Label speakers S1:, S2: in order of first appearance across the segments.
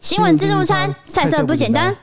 S1: 新闻自助餐，菜色不简单。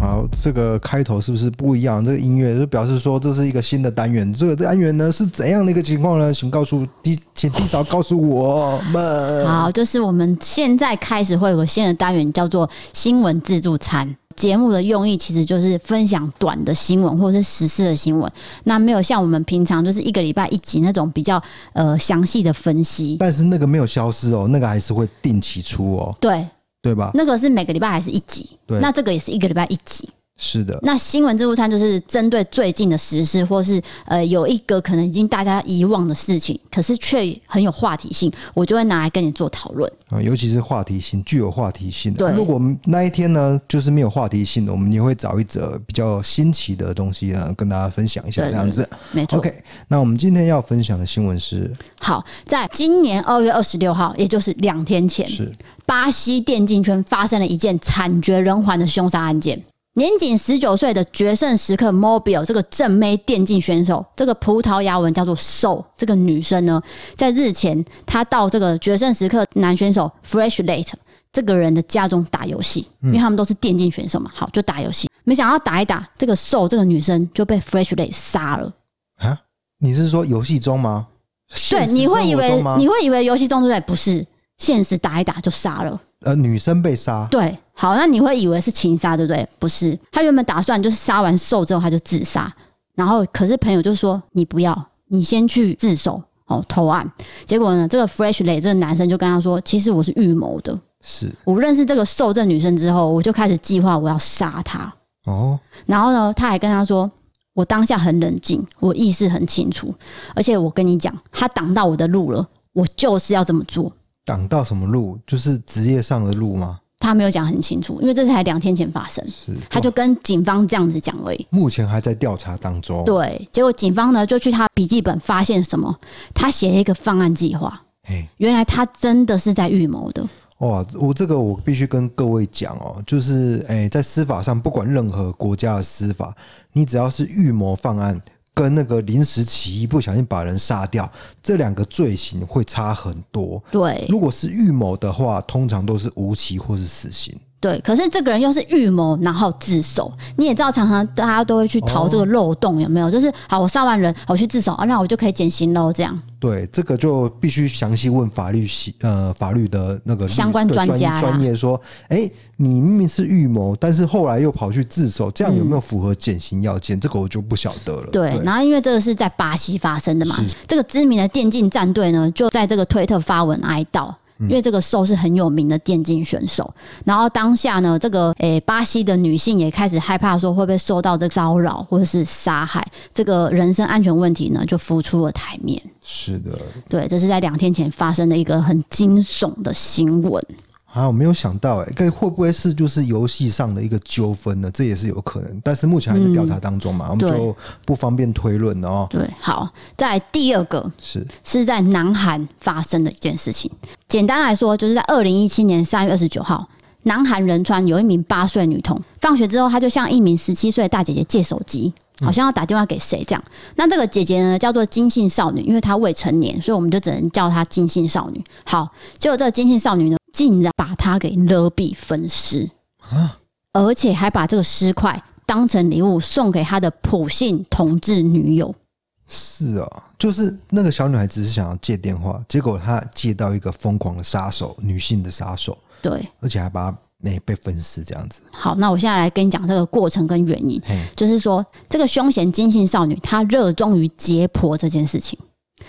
S2: 好，这个开头是不是不一样？这个音乐就表示说这是一个新的单元。这个单元呢是怎样的一个情况呢？请告诉低，请低嫂告诉我们。
S1: 好，就是我们现在开始会有个新的单元，叫做新闻自助餐。节目的用意其实就是分享短的新闻或者是时事的新闻，那没有像我们平常就是一个礼拜一集那种比较呃详细的分析。
S2: 但是那个没有消失哦，那个还是会定期出哦，
S1: 对，
S2: 对吧？
S1: 那个是每个礼拜还是一集，
S2: 对
S1: 那这个也是一个礼拜一集。
S2: 是的，
S1: 那新闻自助餐就是针对最近的时事，或是呃有一个可能已经大家遗忘的事情，可是却很有话题性，我就会拿来跟你做讨论。
S2: 啊，尤其是话题性，具有话题性的。
S1: 对
S2: 如果那一天呢，就是没有话题性的，我们也会找一则比较新奇的东西呢，跟大家分享一下，
S1: 对
S2: 这样子。
S1: 没错。
S2: OK，那我们今天要分享的新闻是
S1: 好，在今年二月二十六号，也就是两天前，
S2: 是
S1: 巴西电竞圈发生了一件惨绝人寰的凶杀案件。年仅十九岁的决胜时刻 Mobile 这个正妹电竞选手，这个葡萄牙文叫做瘦，这个女生呢，在日前她到这个决胜时刻男选手 Fresh Late 这个人的家中打游戏，因为他们都是电竞选手嘛，好就打游戏。没想到打一打，这个瘦这个女生就被 Fresh Late 杀了。
S2: 啊，你是说游戏中吗？
S1: 对，
S2: 现实
S1: 你会以
S2: 生活
S1: 为
S2: 中吗
S1: 你会以为游戏中对不对？不是，现实打一打就杀了。
S2: 呃女生被杀，
S1: 对，好，那你会以为是情杀，对不对？不是，他原本打算就是杀完兽之后他就自杀，然后可是朋友就说你不要，你先去自首哦，投案。结果呢，这个 Fresh Lay 这个男生就跟他说，其实我是预谋的，
S2: 是
S1: 我认识这个受这女生之后，我就开始计划我要杀她。
S2: 哦，
S1: 然后呢，他还跟他说：“我当下很冷静，我意识很清楚，而且我跟你讲，他挡到我的路了，我就是要这么做。
S2: 挡到什么路？就是职业上的路吗？”
S1: 他没有讲很清楚，因为这才两天前发生，
S2: 是，
S1: 他就跟警方这样子讲而已。
S2: 目前还在调查当中。，
S1: 对，结果警方呢就去他笔记本发现什么？他写了一个方案计划，
S2: 嘿，
S1: 原来他真的是在预谋的。
S2: 哇，我这个我必须跟各位讲哦，就是哎、在司法上，不管任何国家的司法，你只要是预谋犯案。跟那个临时起意不小心把人杀掉，这两个罪行会差很多。
S1: 对
S2: 如果是预谋的话，通常都是无期或是死刑。
S1: 对，可是这个人又是预谋，然后自首。你也知道，常常大家都会去逃这个漏洞，有没有？就是好，我杀完人，好我去自首啊，那我就可以减刑喽，这样。
S2: 对，这个就必须详细问法律系呃法律的那个律
S1: 相关
S2: 对
S1: 专家啦
S2: 专业说，哎、你明明是预谋，但是后来又跑去自首，这样有没有符合减刑要件？这个我就不晓得了。
S1: 嗯对，然后因为这个是在巴西发生的嘛
S2: 是，
S1: 这个知名的电竞战队呢，就在这个推特发文哀悼。
S2: 嗯
S1: 因为这个兽是很有名的电竞选手，然后当下呢，这个诶、巴西的女性也开始害怕说会不会受到这个骚扰或者是杀害，这个人身安全问题呢就浮出了台面。
S2: 是的，
S1: 对，这是在两天前发生的一个很惊悚的新闻。
S2: 啊，我没有想到、哎，该会不会是就是游戏上的一个纠纷呢？这也是有可能，但是目前还在调查当中嘛，我们
S1: 嗯对
S2: 就不方便推论了哦。
S1: 对，好，在第二个
S2: 是
S1: 是在南韩发生的一件事情。简单来说，就是在二零一七年三月二十九号，南韩仁川有一名八岁女童，放学之后，她就向一名十七岁的大姐姐借手机。好像要打电话给谁这样？那这个姐姐呢，叫做金姓少女，因为她未成年，所以我们就只能叫她金姓少女。好，结果这个金姓少女呢，竟然把她给勒毙分尸，而且还把这个尸块当成礼物送给她的普姓同志女友。
S2: 是哦，就是那个小女孩只是想要借电话，结果她借到一个疯狂的杀手，女性的杀手。
S1: 对，
S2: 而且还把它那、被分尸这样子。
S1: 好，那我现在来跟你讲这个过程跟原因，
S2: 嘿，
S1: 就是说这个凶险金姓少女她热衷于解剖这件事情。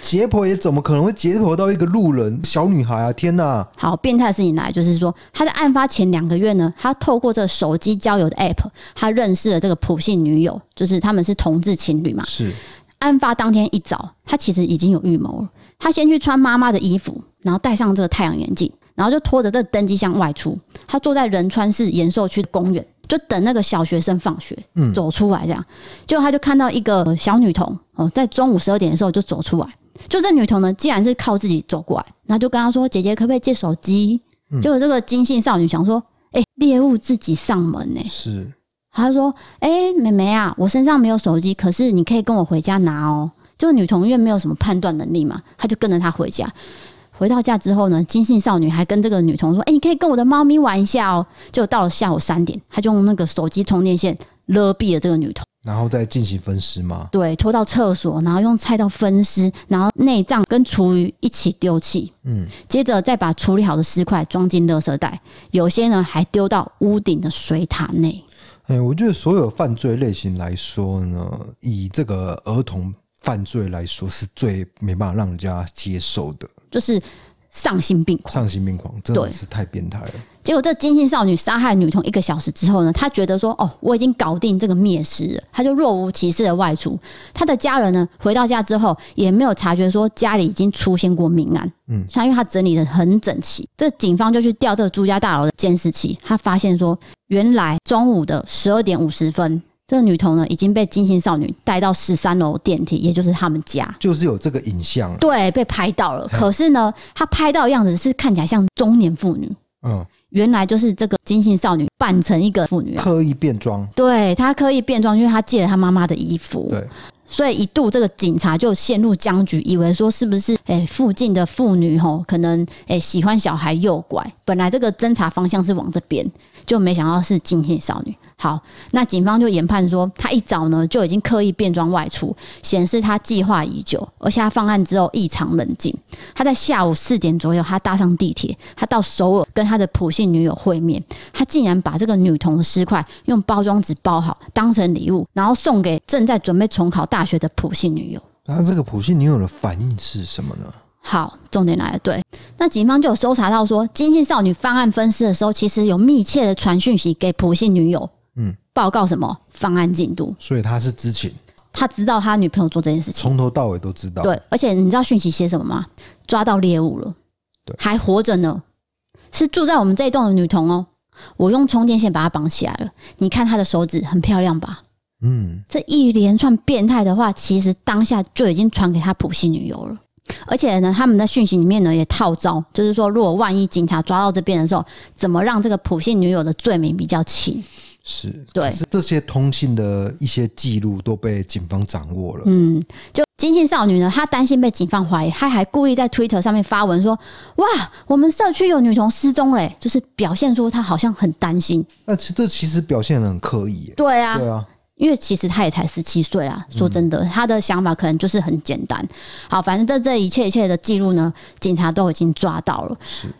S2: 解剖也怎么可能会解剖到一个路人小女孩啊？天哪、
S1: 好，变态的事情来，就是说她在案发前两个月呢，她透过这个手机交友的 app，她认识了这个普信女友，就是他们是同志情侣嘛。
S2: 是
S1: 案发当天一早，她其实已经有预谋了，她先去穿妈妈的衣服，然后戴上这个太阳眼镜，然后就拖着这个登机箱外出。她坐在仁川市延寿区的公园，就等那个小学生放学。
S2: 嗯，
S1: 走出来，这样，结果他就看到一个小女童哦，在中午十二点的时候就走出来。就这女童呢，竟然是靠自己走过来，然后就跟他说：“姐姐，可不可以借手机？”
S2: 嗯
S1: 结果这个金姓少女想说：“哎、猎物自己上门欸呢、
S2: 是
S1: 她说：“哎、妹妹啊，我身上没有手机，可是你可以跟我回家拿哦。”就女童因为没有什么判断能力嘛，她就跟着他回家。回到家之后呢，金姓少女还跟这个女童说：“哎、你可以跟我的猫咪玩一下哦。”就到了下午三点，她就用那个手机充电线勒毙了这个女童，
S2: 然后再进行分尸吗？
S1: 对，拖到厕所，然后用菜刀分尸，然后内脏跟厨余一起丢弃，
S2: 嗯，
S1: 接着再把处理好的尸块装进垃圾袋，有些呢还丢到屋顶的水塔内。
S2: 哎、我觉得所有犯罪类型来说呢，以这个儿童犯罪来说，是最没办法让人家接受的，
S1: 就是丧心病狂。
S2: 丧心病狂，真的
S1: 对
S2: 是太变态了。
S1: 结果这金姓少女杀害女童一个小时之后呢，她觉得说：“哦，我已经搞定这个灭尸了。”她就若无其事的外出。她的家人呢，回到家之后也没有察觉说家里已经出现过命案。
S2: 嗯
S1: 嗯，像因为她整理的很整齐，这警方就去调这个朱家大楼的监视器，他发现说，原来中午的十二点五十分，这个女童呢已经被金姓少女带到十三楼电梯，也就是他们家。
S2: 就是有这个影像，
S1: 对，被拍到了。可是呢，她拍到的样子是看起来像中年妇女，
S2: 嗯，
S1: 原来就是这个金姓少女扮成一个妇女啊。
S2: 刻意变装，
S1: 对她刻意变装，因为她借了她妈妈的衣服，
S2: 对，
S1: 所以一度这个警察就陷入僵局，以为说是不是诶、附近的妇女吼可能诶、喜欢小孩诱拐，本来这个侦查方向是往这边，就没想到是金姓少女。好，那警方就研判说，她一早呢就已经刻意变装外出，显示她计划已久，而且她犯案之后异常冷静。她在下午四点左右，她搭上地铁，她到首尔跟她的普信女友会面，她竟然把这个女童的尸块用包装纸包好，当成礼物，然后送给正在准备重考大学的普信女友。
S2: 那这个普信女友的反应是什么呢？
S1: 好，重点来了。对，那警方就有搜查到说，金姓少女犯案分尸的时候，其实有密切的传讯息给普信女友，
S2: 嗯
S1: 嗯，报告什么方案进度。
S2: 所以他是知情，
S1: 他知道他女朋友做这件事情，
S2: 从头到尾都知道。
S1: 对，而且你知道讯息写什么吗？抓到猎物了
S2: 对，
S1: 还活着呢，是住在我们这一栋的女童哦。我用充电线把她绑起来了，你看她的手指很漂亮吧？
S2: 嗯，
S1: 这一连串变态的话，其实当下就已经传给他普信女友了。而且呢，他们在讯息里面呢也套招，就是说，如果万一警察抓到这边的时候，怎么让这个普信女友的罪名比较轻？
S2: 是，
S1: 对
S2: 可是这些通信的一些记录都被警方掌握了。
S1: 嗯，就金姓少女呢，她担心被警方怀疑，她还故意在 Twitter 上面发文说：“哇，我们社区有女童失踪嘞！”就是表现出她好像很担心。
S2: 那其这其实表现的很刻意耶。
S1: 对啊，
S2: 对啊，
S1: 因为其实他也才十七岁啦，说真的，他的想法可能就是很简单。好，反正这这一切一切的记录呢，警察都已经抓到了。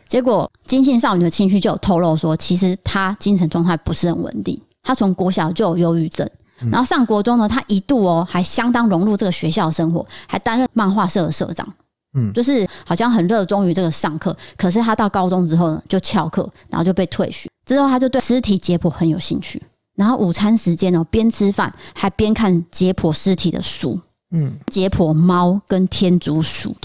S1: 结果金姓少女的亲戚就有透露说，其实她精神状态不是很稳定，她从国小就有忧郁症。然后上国中呢，她一度哦还相当融入这个学校的生活，还担任漫画社的社长，
S2: 嗯
S1: 就是好像很热衷于这个上课。可是她到高中之后呢，就翘课，然后就被退学。之后她就对尸体解剖很有兴趣，然后午餐时间哦，边吃饭还边看解剖尸体的书，
S2: 嗯，
S1: 解剖猫跟天竺鼠，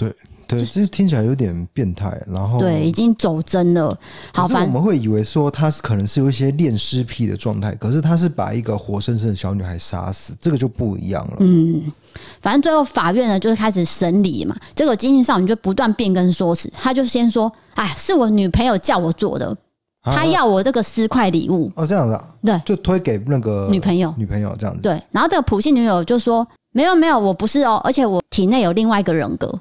S2: 对，这听起来有点变态。然后
S1: 对，已经走真了。好，
S2: 可是我
S1: 反
S2: 们会以为说他是可能是有一些恋尸癖的状态，可是他是把一个活生生的小女孩杀死，这个就不一样了。
S1: 嗯，反正最后法院呢就是开始审理嘛，结果金信少女就不断变更说辞，她就先说：“哎，是我女朋友叫我做的，
S2: 啊
S1: 她要我这个尸块礼物。
S2: 哦这样子、啊，
S1: 对
S2: 就推给那个
S1: 女朋友
S2: 女朋友这样子。
S1: 对，然后这个普信女友就说：“没有没有，我不是哦，而且我体内有另外一个人格。”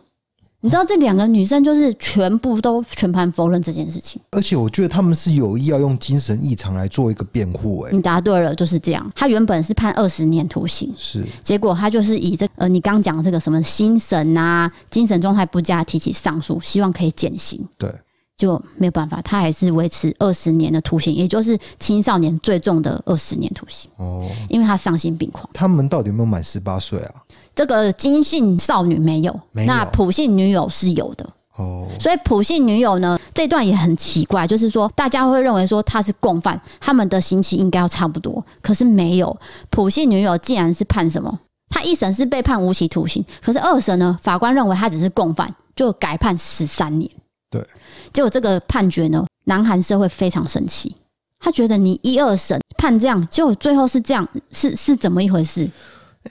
S1: 你知道这两个女生就是全部都全盘否认这件事情。
S2: 而且我觉得他们是有意要用精神异常来做一个辩护、欸，哎，
S1: 你答对了，就是这样。他原本是判二十年徒刑，
S2: 是
S1: 结果他就是以这呃，你刚讲这个什么心神啊、精神状态不佳提起上诉，希望可以减刑。
S2: 对，
S1: 就没有办法，他还是维持二十年的徒刑，也就是青少年最重的二十年徒刑，
S2: 哦。
S1: 因为他丧心病狂。
S2: 他们到底有没有满十八岁啊？
S1: 这个金姓少女没有，
S2: 没有
S1: 那普姓女友是有的。
S2: 哦，
S1: 所以普信女友呢，这段也很奇怪，就是说大家会认为说她是共犯，他们的刑期应该要差不多，可是没有，普信女友竟然是判什么？她一审是被判无期徒刑，可是二审呢，法官认为她只是共犯，就改判十三年。
S2: 对，
S1: 结果这个判决呢，南韩社会非常生气，他觉得你一二审判这样，结果最后是这样，是是怎么一回事？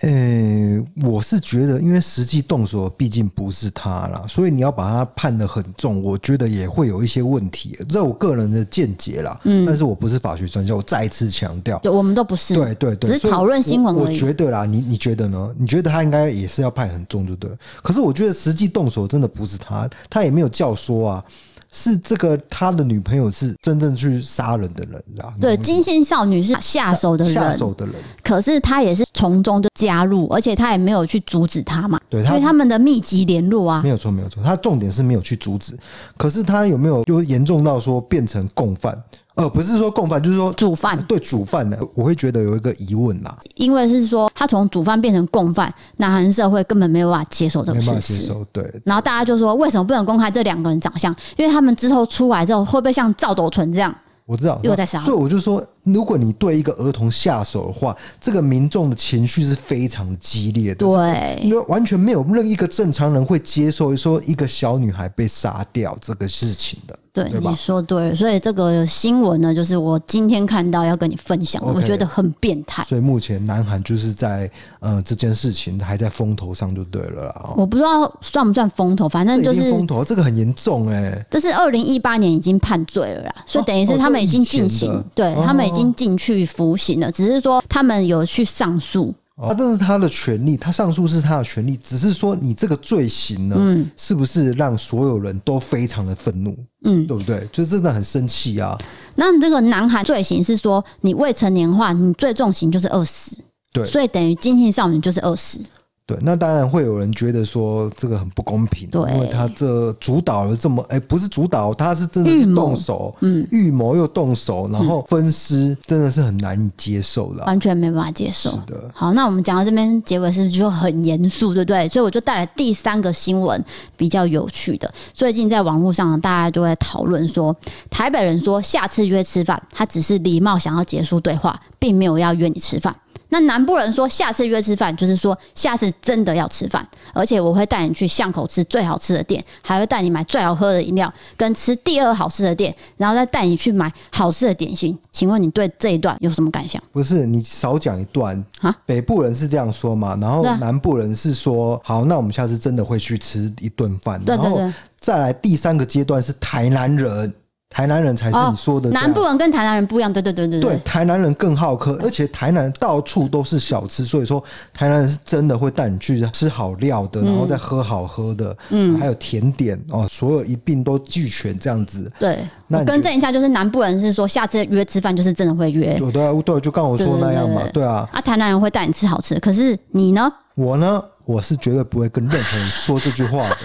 S2: 诶、呃我是觉得，因为实际动手毕竟不是他啦，所以你要把他判得很重，我觉得也会有一些问题。这我个人的见解啦，嗯，但是我不是法学专家，我再次强调。
S1: 对，我们都不是，
S2: 对对对，
S1: 只是
S2: 所以
S1: 讨论新闻
S2: 我。
S1: 而
S2: 我
S1: 已。
S2: 觉得啦，你你觉得呢？你觉得他应该也是要判很重，就对了。可是我觉得实际动手真的不是他，他也没有教唆啊，是这个他的女朋友是真正去杀人的人啦，
S1: 对，金星少女是下手的
S2: 下
S1: 人，
S2: 手的人，
S1: 可是他也是从中就加入，而且他也没有去阻止他嘛，
S2: 对他
S1: 所以他们的密集联络啊
S2: 没，有错，没有错。他重点是没有去阻止，可是他有没有就严重到说变成共犯？呃，不是说共犯，就是说
S1: 主犯，
S2: 对主犯呢，我会觉得有一个疑问啦，
S1: 因为是说他从主犯变成共犯，南韩社会根本没有办法接受这
S2: 没
S1: 种
S2: 办法
S1: 事
S2: 接
S1: 实。
S2: 受。对，
S1: 然后大家就说，为什么不能公开这两个人长相？因为他们之后出来之后，会不会像赵斗淳这样？
S2: 我知道，
S1: 又在杀
S2: 所以我就说，如果你对一个儿童下手的话，这个民众的情绪是非常激烈的，
S1: 对，
S2: 因为完全没有任一个正常人会接受说一个小女孩被杀掉这个事情的，
S1: 对，
S2: 对吧
S1: 你？说对了。所以这个新闻呢，就是我今天看到要跟你分享的，我
S2: OK
S1: 觉得很变态。
S2: 所以目前南韩就是在呃这件事情还在风头上就对了啦。哦
S1: 我不知道算不算风头，反正
S2: 这
S1: 就
S2: 已经
S1: 是
S2: 风头，这个很严重哎、
S1: 这是二零一八年已经判罪了啦，所以等于
S2: 哦
S1: 是他们已经进
S2: 这以
S1: 行，
S2: 前的
S1: 对
S2: 哦
S1: 他们已经进去服刑了，只是说他们有去上诉，
S2: 啊，但是他的权利，他上诉是他的权利，只是说你这个罪行呢，是不是让所有人都非常的愤怒，
S1: 嗯，
S2: 对不对？就真的很生气啊，
S1: 那这个南韩罪行是说你未成年化，你最重刑就是二十，
S2: 对哦
S1: 所以等于金星少女就是二十，
S2: 对，那当然会有人觉得说这个很不公平，啊
S1: 对
S2: 因为他这主导了这么，哎、不是主导，他是真的是
S1: 预谋嗯
S2: 动手，嗯，预谋又动手，然后分尸，真的是很难以接受的啊、
S1: 完全没办法接受。
S2: 是的，
S1: 好，那我们讲到这边结尾是不是就很严肃，对不对？所以我就带来第三个新闻，比较有趣的。最近在网络上，大家就会讨论说，台北人说下次约吃饭，他只是礼貌想要结束对话，并没有要约你吃饭。那南部人说下次约吃饭，就是说下次真的要吃饭，而且我会带你去巷口吃最好吃的店，还会带你买最好喝的饮料，跟吃第二好吃的店，然后再带你去买好吃的点心。请问你对这一段有什么感想？
S2: 不是你少讲一段
S1: 啊
S2: 北部人是这样说嘛，然后
S1: 对啊
S2: 南部人是说，好，那我们下次真的会去吃一顿饭，
S1: 对对
S2: 然
S1: 对
S2: 后再来第三个阶段是台南人，台南人才是
S1: 哦
S2: 你说的、这样
S1: 南部人跟台南人不一样，对对对对
S2: 对，台南人更好客，而且台南到处都是小吃，所以说台南人是真的会带你去吃好料
S1: 嗯
S2: 的，然后再喝好喝的，嗯，还有甜点哦，所有一并都俱全这样子。
S1: 对，
S2: 那
S1: 我
S2: 你
S1: 更
S2: 觉
S1: 正一下，就是南部人是说下次约吃饭就是真的会约
S2: 对对啊对，就刚我说那样嘛，
S1: 对对对对
S2: 对啊，
S1: 啊，台南人会带你吃好吃的，可是你呢？
S2: 我呢，我是绝对不会跟任何人说这 句话的。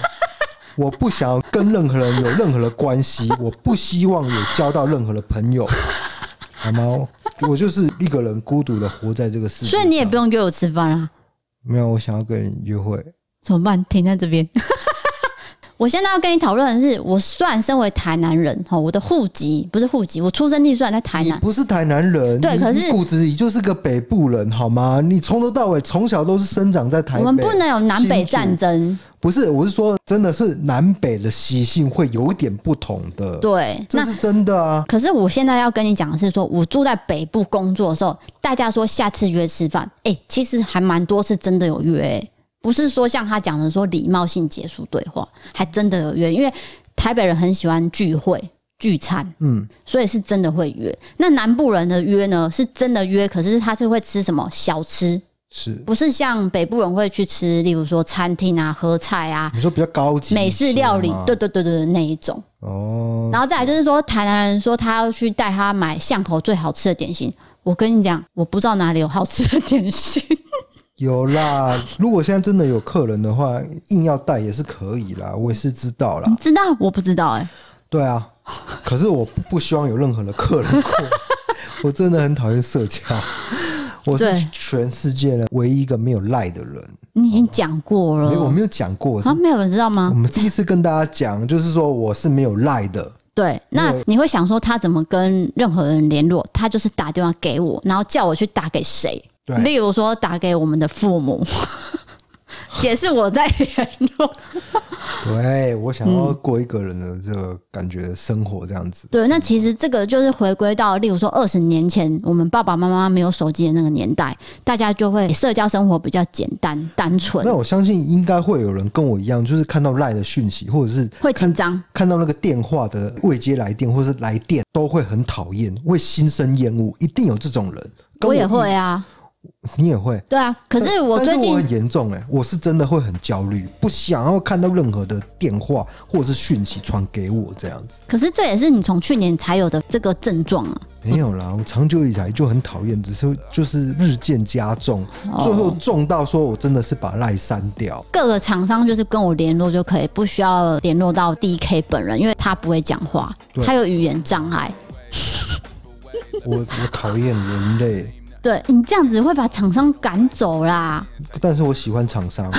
S2: 我不想要跟任何人有任何的关系，我不希望有交到任何的朋友，好吗？我就是一个人孤独的活在这个世界
S1: 所
S2: 上。
S1: 以你也不用约我吃饭啊，
S2: 没有，我想要跟人约会。
S1: 怎么办？停在这边。 我现在要跟你讨论的是，我虽然身为台南人，哈，我的户籍不是户籍，我出生地虽然在台
S2: 你
S1: 南，
S2: 不是台南人，
S1: 对
S2: 你
S1: 可是
S2: 你骨子里就是个北部人，好吗？你从头到尾从小都是生长在台北，
S1: 我们不能有南北
S2: 新竹
S1: 战。争。
S2: 不是，我是说，真的是南北的习性会有一点不同的，
S1: 对，
S2: 这
S1: 那
S2: 是真的啊。
S1: 可是我现在要跟你讲的是说我住在北部工作的时候，大家说下次约吃饭，哎、其实还蛮多是真的有约、欸不是说像他讲的说礼貌性结束对话，还真的有约，因为台北人很喜欢聚会。聚餐，
S2: 嗯，
S1: 所以是真的会约。那南部人的约呢，是真的约，可是他是会吃什么小吃，
S2: 是
S1: 不是像北部人会去吃，例如说餐厅啊、喝菜啊、
S2: 你说比较高级
S1: 美式料理
S2: 一些吗，
S1: 对对对对对那一种。
S2: 哦，
S1: 然后再来就是说，台南人说他要去带他买巷口最好吃的点心。我跟你讲，我不知道哪里有好吃的点心。
S2: 有啦。如果现在真的有客人的话，硬要带也是可以啦，我也是知道啦
S1: 你。知道？我不知道哎、
S2: 对啊，可是我不不希望有任何的客人过来， 我真的很讨厌社交。我是
S1: 对
S2: 全世界呢唯一一个没有赖的人，
S1: 你已经讲过
S2: 没有我
S1: 了
S2: 没有讲过，是
S1: 哦啊，没有人知道
S2: 我
S1: 吗？
S2: 们第一次跟大家讲，就是说我是没有赖的，
S1: 对，那你会想说他怎么跟任何人联络？他就是打电话给我，然后叫我去打给谁？
S2: 对
S1: 例如说打给我们的父母， 也是我在联络。
S2: 对我想要
S1: 嗯
S2: 过一个人的这个感觉生活这样子。
S1: 对，那其实这个就是回归到，例如说二十年前我们爸爸妈妈没有手机的那个年代，大家就会社交生活比较简单单纯
S2: 那，我相信应该会有人跟我一样，就是看到赖的讯息，或者是
S1: 会紧张。
S2: 看到那个电话的未接来电，或是来电，都会很讨厌，会心生厌恶。一定有这种人，跟
S1: 我也
S2: 一
S1: 会啊，
S2: 你也会。
S1: 对啊。可是我
S2: 但
S1: 最
S2: 我
S1: 近
S2: 很严重哎、我是真的会很焦虑，不想要看到任何的电话或者是讯息传给我这样子。
S1: 可是这也是你从去年才有的这个症状啊。
S2: 没有啦，我长久以来就很讨厌，只是就是日渐加重，
S1: 哦
S2: 最后重到说我真的是把赖删掉。
S1: 各个厂商就是跟我联络就可以，不需要联络到 DK 本人，因为他不会讲话，
S2: 对
S1: 他有语言障碍。
S2: 我我讨厌人类，
S1: 对你这样子会把厂商赶走啦。
S2: 但是我喜欢 厂商。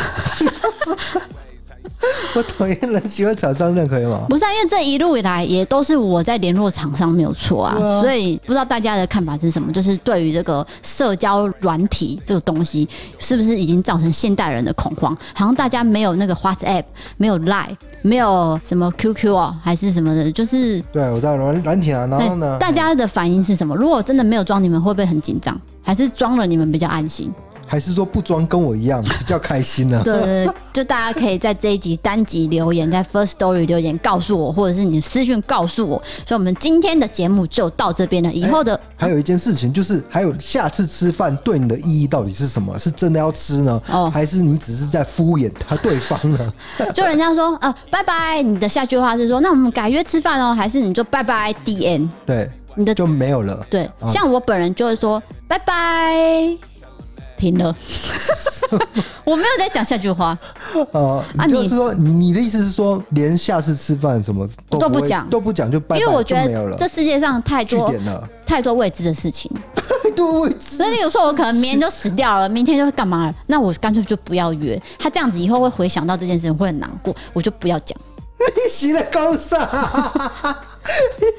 S2: 我讨厌人，喜欢厂商，那可以吗？
S1: 不是、啊，因为这一路以来也都是我在联络厂商，没有错啊。
S2: 对啊
S1: 所以不知道大家的看法是什么，就是对于这个社交软体这个东西，是不是已经造成现代人的恐慌？好像大家没有那个 WhatsApp，没有 Line，没有什么 QQ 哦，还是什么的，就是
S2: 对，我知道软软体啊，然后呢
S1: 哎，大家的反应是什么？如果真的没有装，你们会不会很紧张？还是装了你们比较安心？
S2: 还是说不装跟我一样 比较开心啊呢、
S1: 对对对，就大家可以在这一集单集留言，在 First Story 留言告诉我，或者是你私讯告诉我。所以我们今天的节目就到这边了，以后的。
S2: 还有一件事情就是，还有下次吃饭对你的意义到底是什么？是真的要吃呢，
S1: 哦
S2: 还是你只是在敷衍他对方 呢？
S1: 就人家说呃拜拜，你的下句话是说那我们改约吃饭哦，还是你就拜拜 D N？
S2: 对，
S1: 你的
S2: 就没有了。
S1: 对，
S2: 哦
S1: 像我本人就会说拜拜，停了，我没有在讲下句话，
S2: 呃，
S1: 啊
S2: 就
S1: 你
S2: 是说你你的意思是说，连下次吃饭什么都
S1: 都不
S2: 会
S1: 讲
S2: 都不讲就拜拜，
S1: 因为我觉
S2: 就没有
S1: 得
S2: 了
S1: 这世界上太
S2: 据
S1: 多
S2: 点了，
S1: 太多未知的事情，
S2: 太多位置
S1: 所以有时候我可能明天就死掉了，明天就干嘛了？那我干脆就不要约他，这样子以后会回想到这件事情会很难过，我就不要讲。
S2: 你洗了高尚，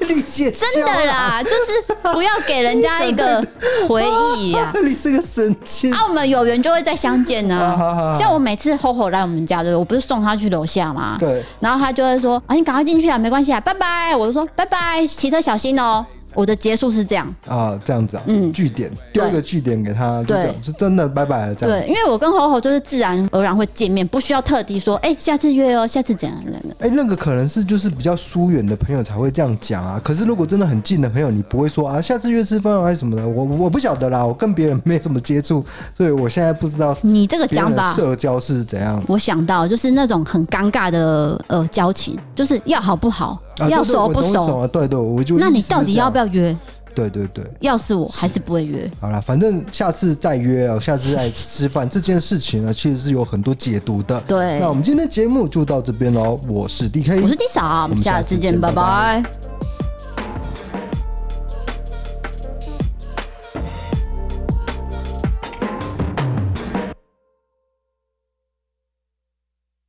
S2: 你姐
S1: 真的啦，就是不要给人家一个回忆啊呀、
S2: 你是个神经。
S1: 啊，我们有缘就会再相见 呢、
S2: 啊好好好
S1: 像我每次吼吼来我们家，对不对我不是送他去楼下吗？
S2: 对。
S1: 然后他就会说：“啊，你赶快进去啊，没关系啊，拜拜。”我就说：“拜拜，骑车小心哦。”我的结束是这样，
S2: 啊，这样子啊，
S1: 嗯
S2: 据点丢一个据点给他，就这样
S1: 对
S2: 是真的拜拜了，这样。
S1: 对，因为我跟吼吼就是自然而然会见面，不需要特地说：“哎、下次约哦，下次怎样怎样。”
S2: 哎、那个可能是就是比较疏远的朋友才会这样讲啊。可是如果真的很近的朋友，你不会说啊，下次约吃饭啊还是什么的。我我不晓得啦，我跟别人没怎么接触，所以我现在不知道
S1: 你这个嗯
S2: 别
S1: 讲
S2: 人的
S1: 法，
S2: 社交是怎样。
S1: 我想到就是那种很尴尬的呃交情，就是要好不好，
S2: 啊、
S1: 要
S2: 对对
S1: 熟
S2: 我
S1: 不
S2: 懂你
S1: 熟。
S2: 啊？对对，我就
S1: 那你到底要不
S2: 要？
S1: 要约？
S2: 对对对，
S1: 要是我还是不会约。
S2: 好了，反正下次再约哦，下次再吃饭这件事情呢，其实是有很多解读的。
S1: 对
S2: 那我们今天节目就到这边喽，我是 D K，
S1: 我是 D 嫂，我们下次见，
S2: 拜
S1: 拜
S2: 拜
S1: 拜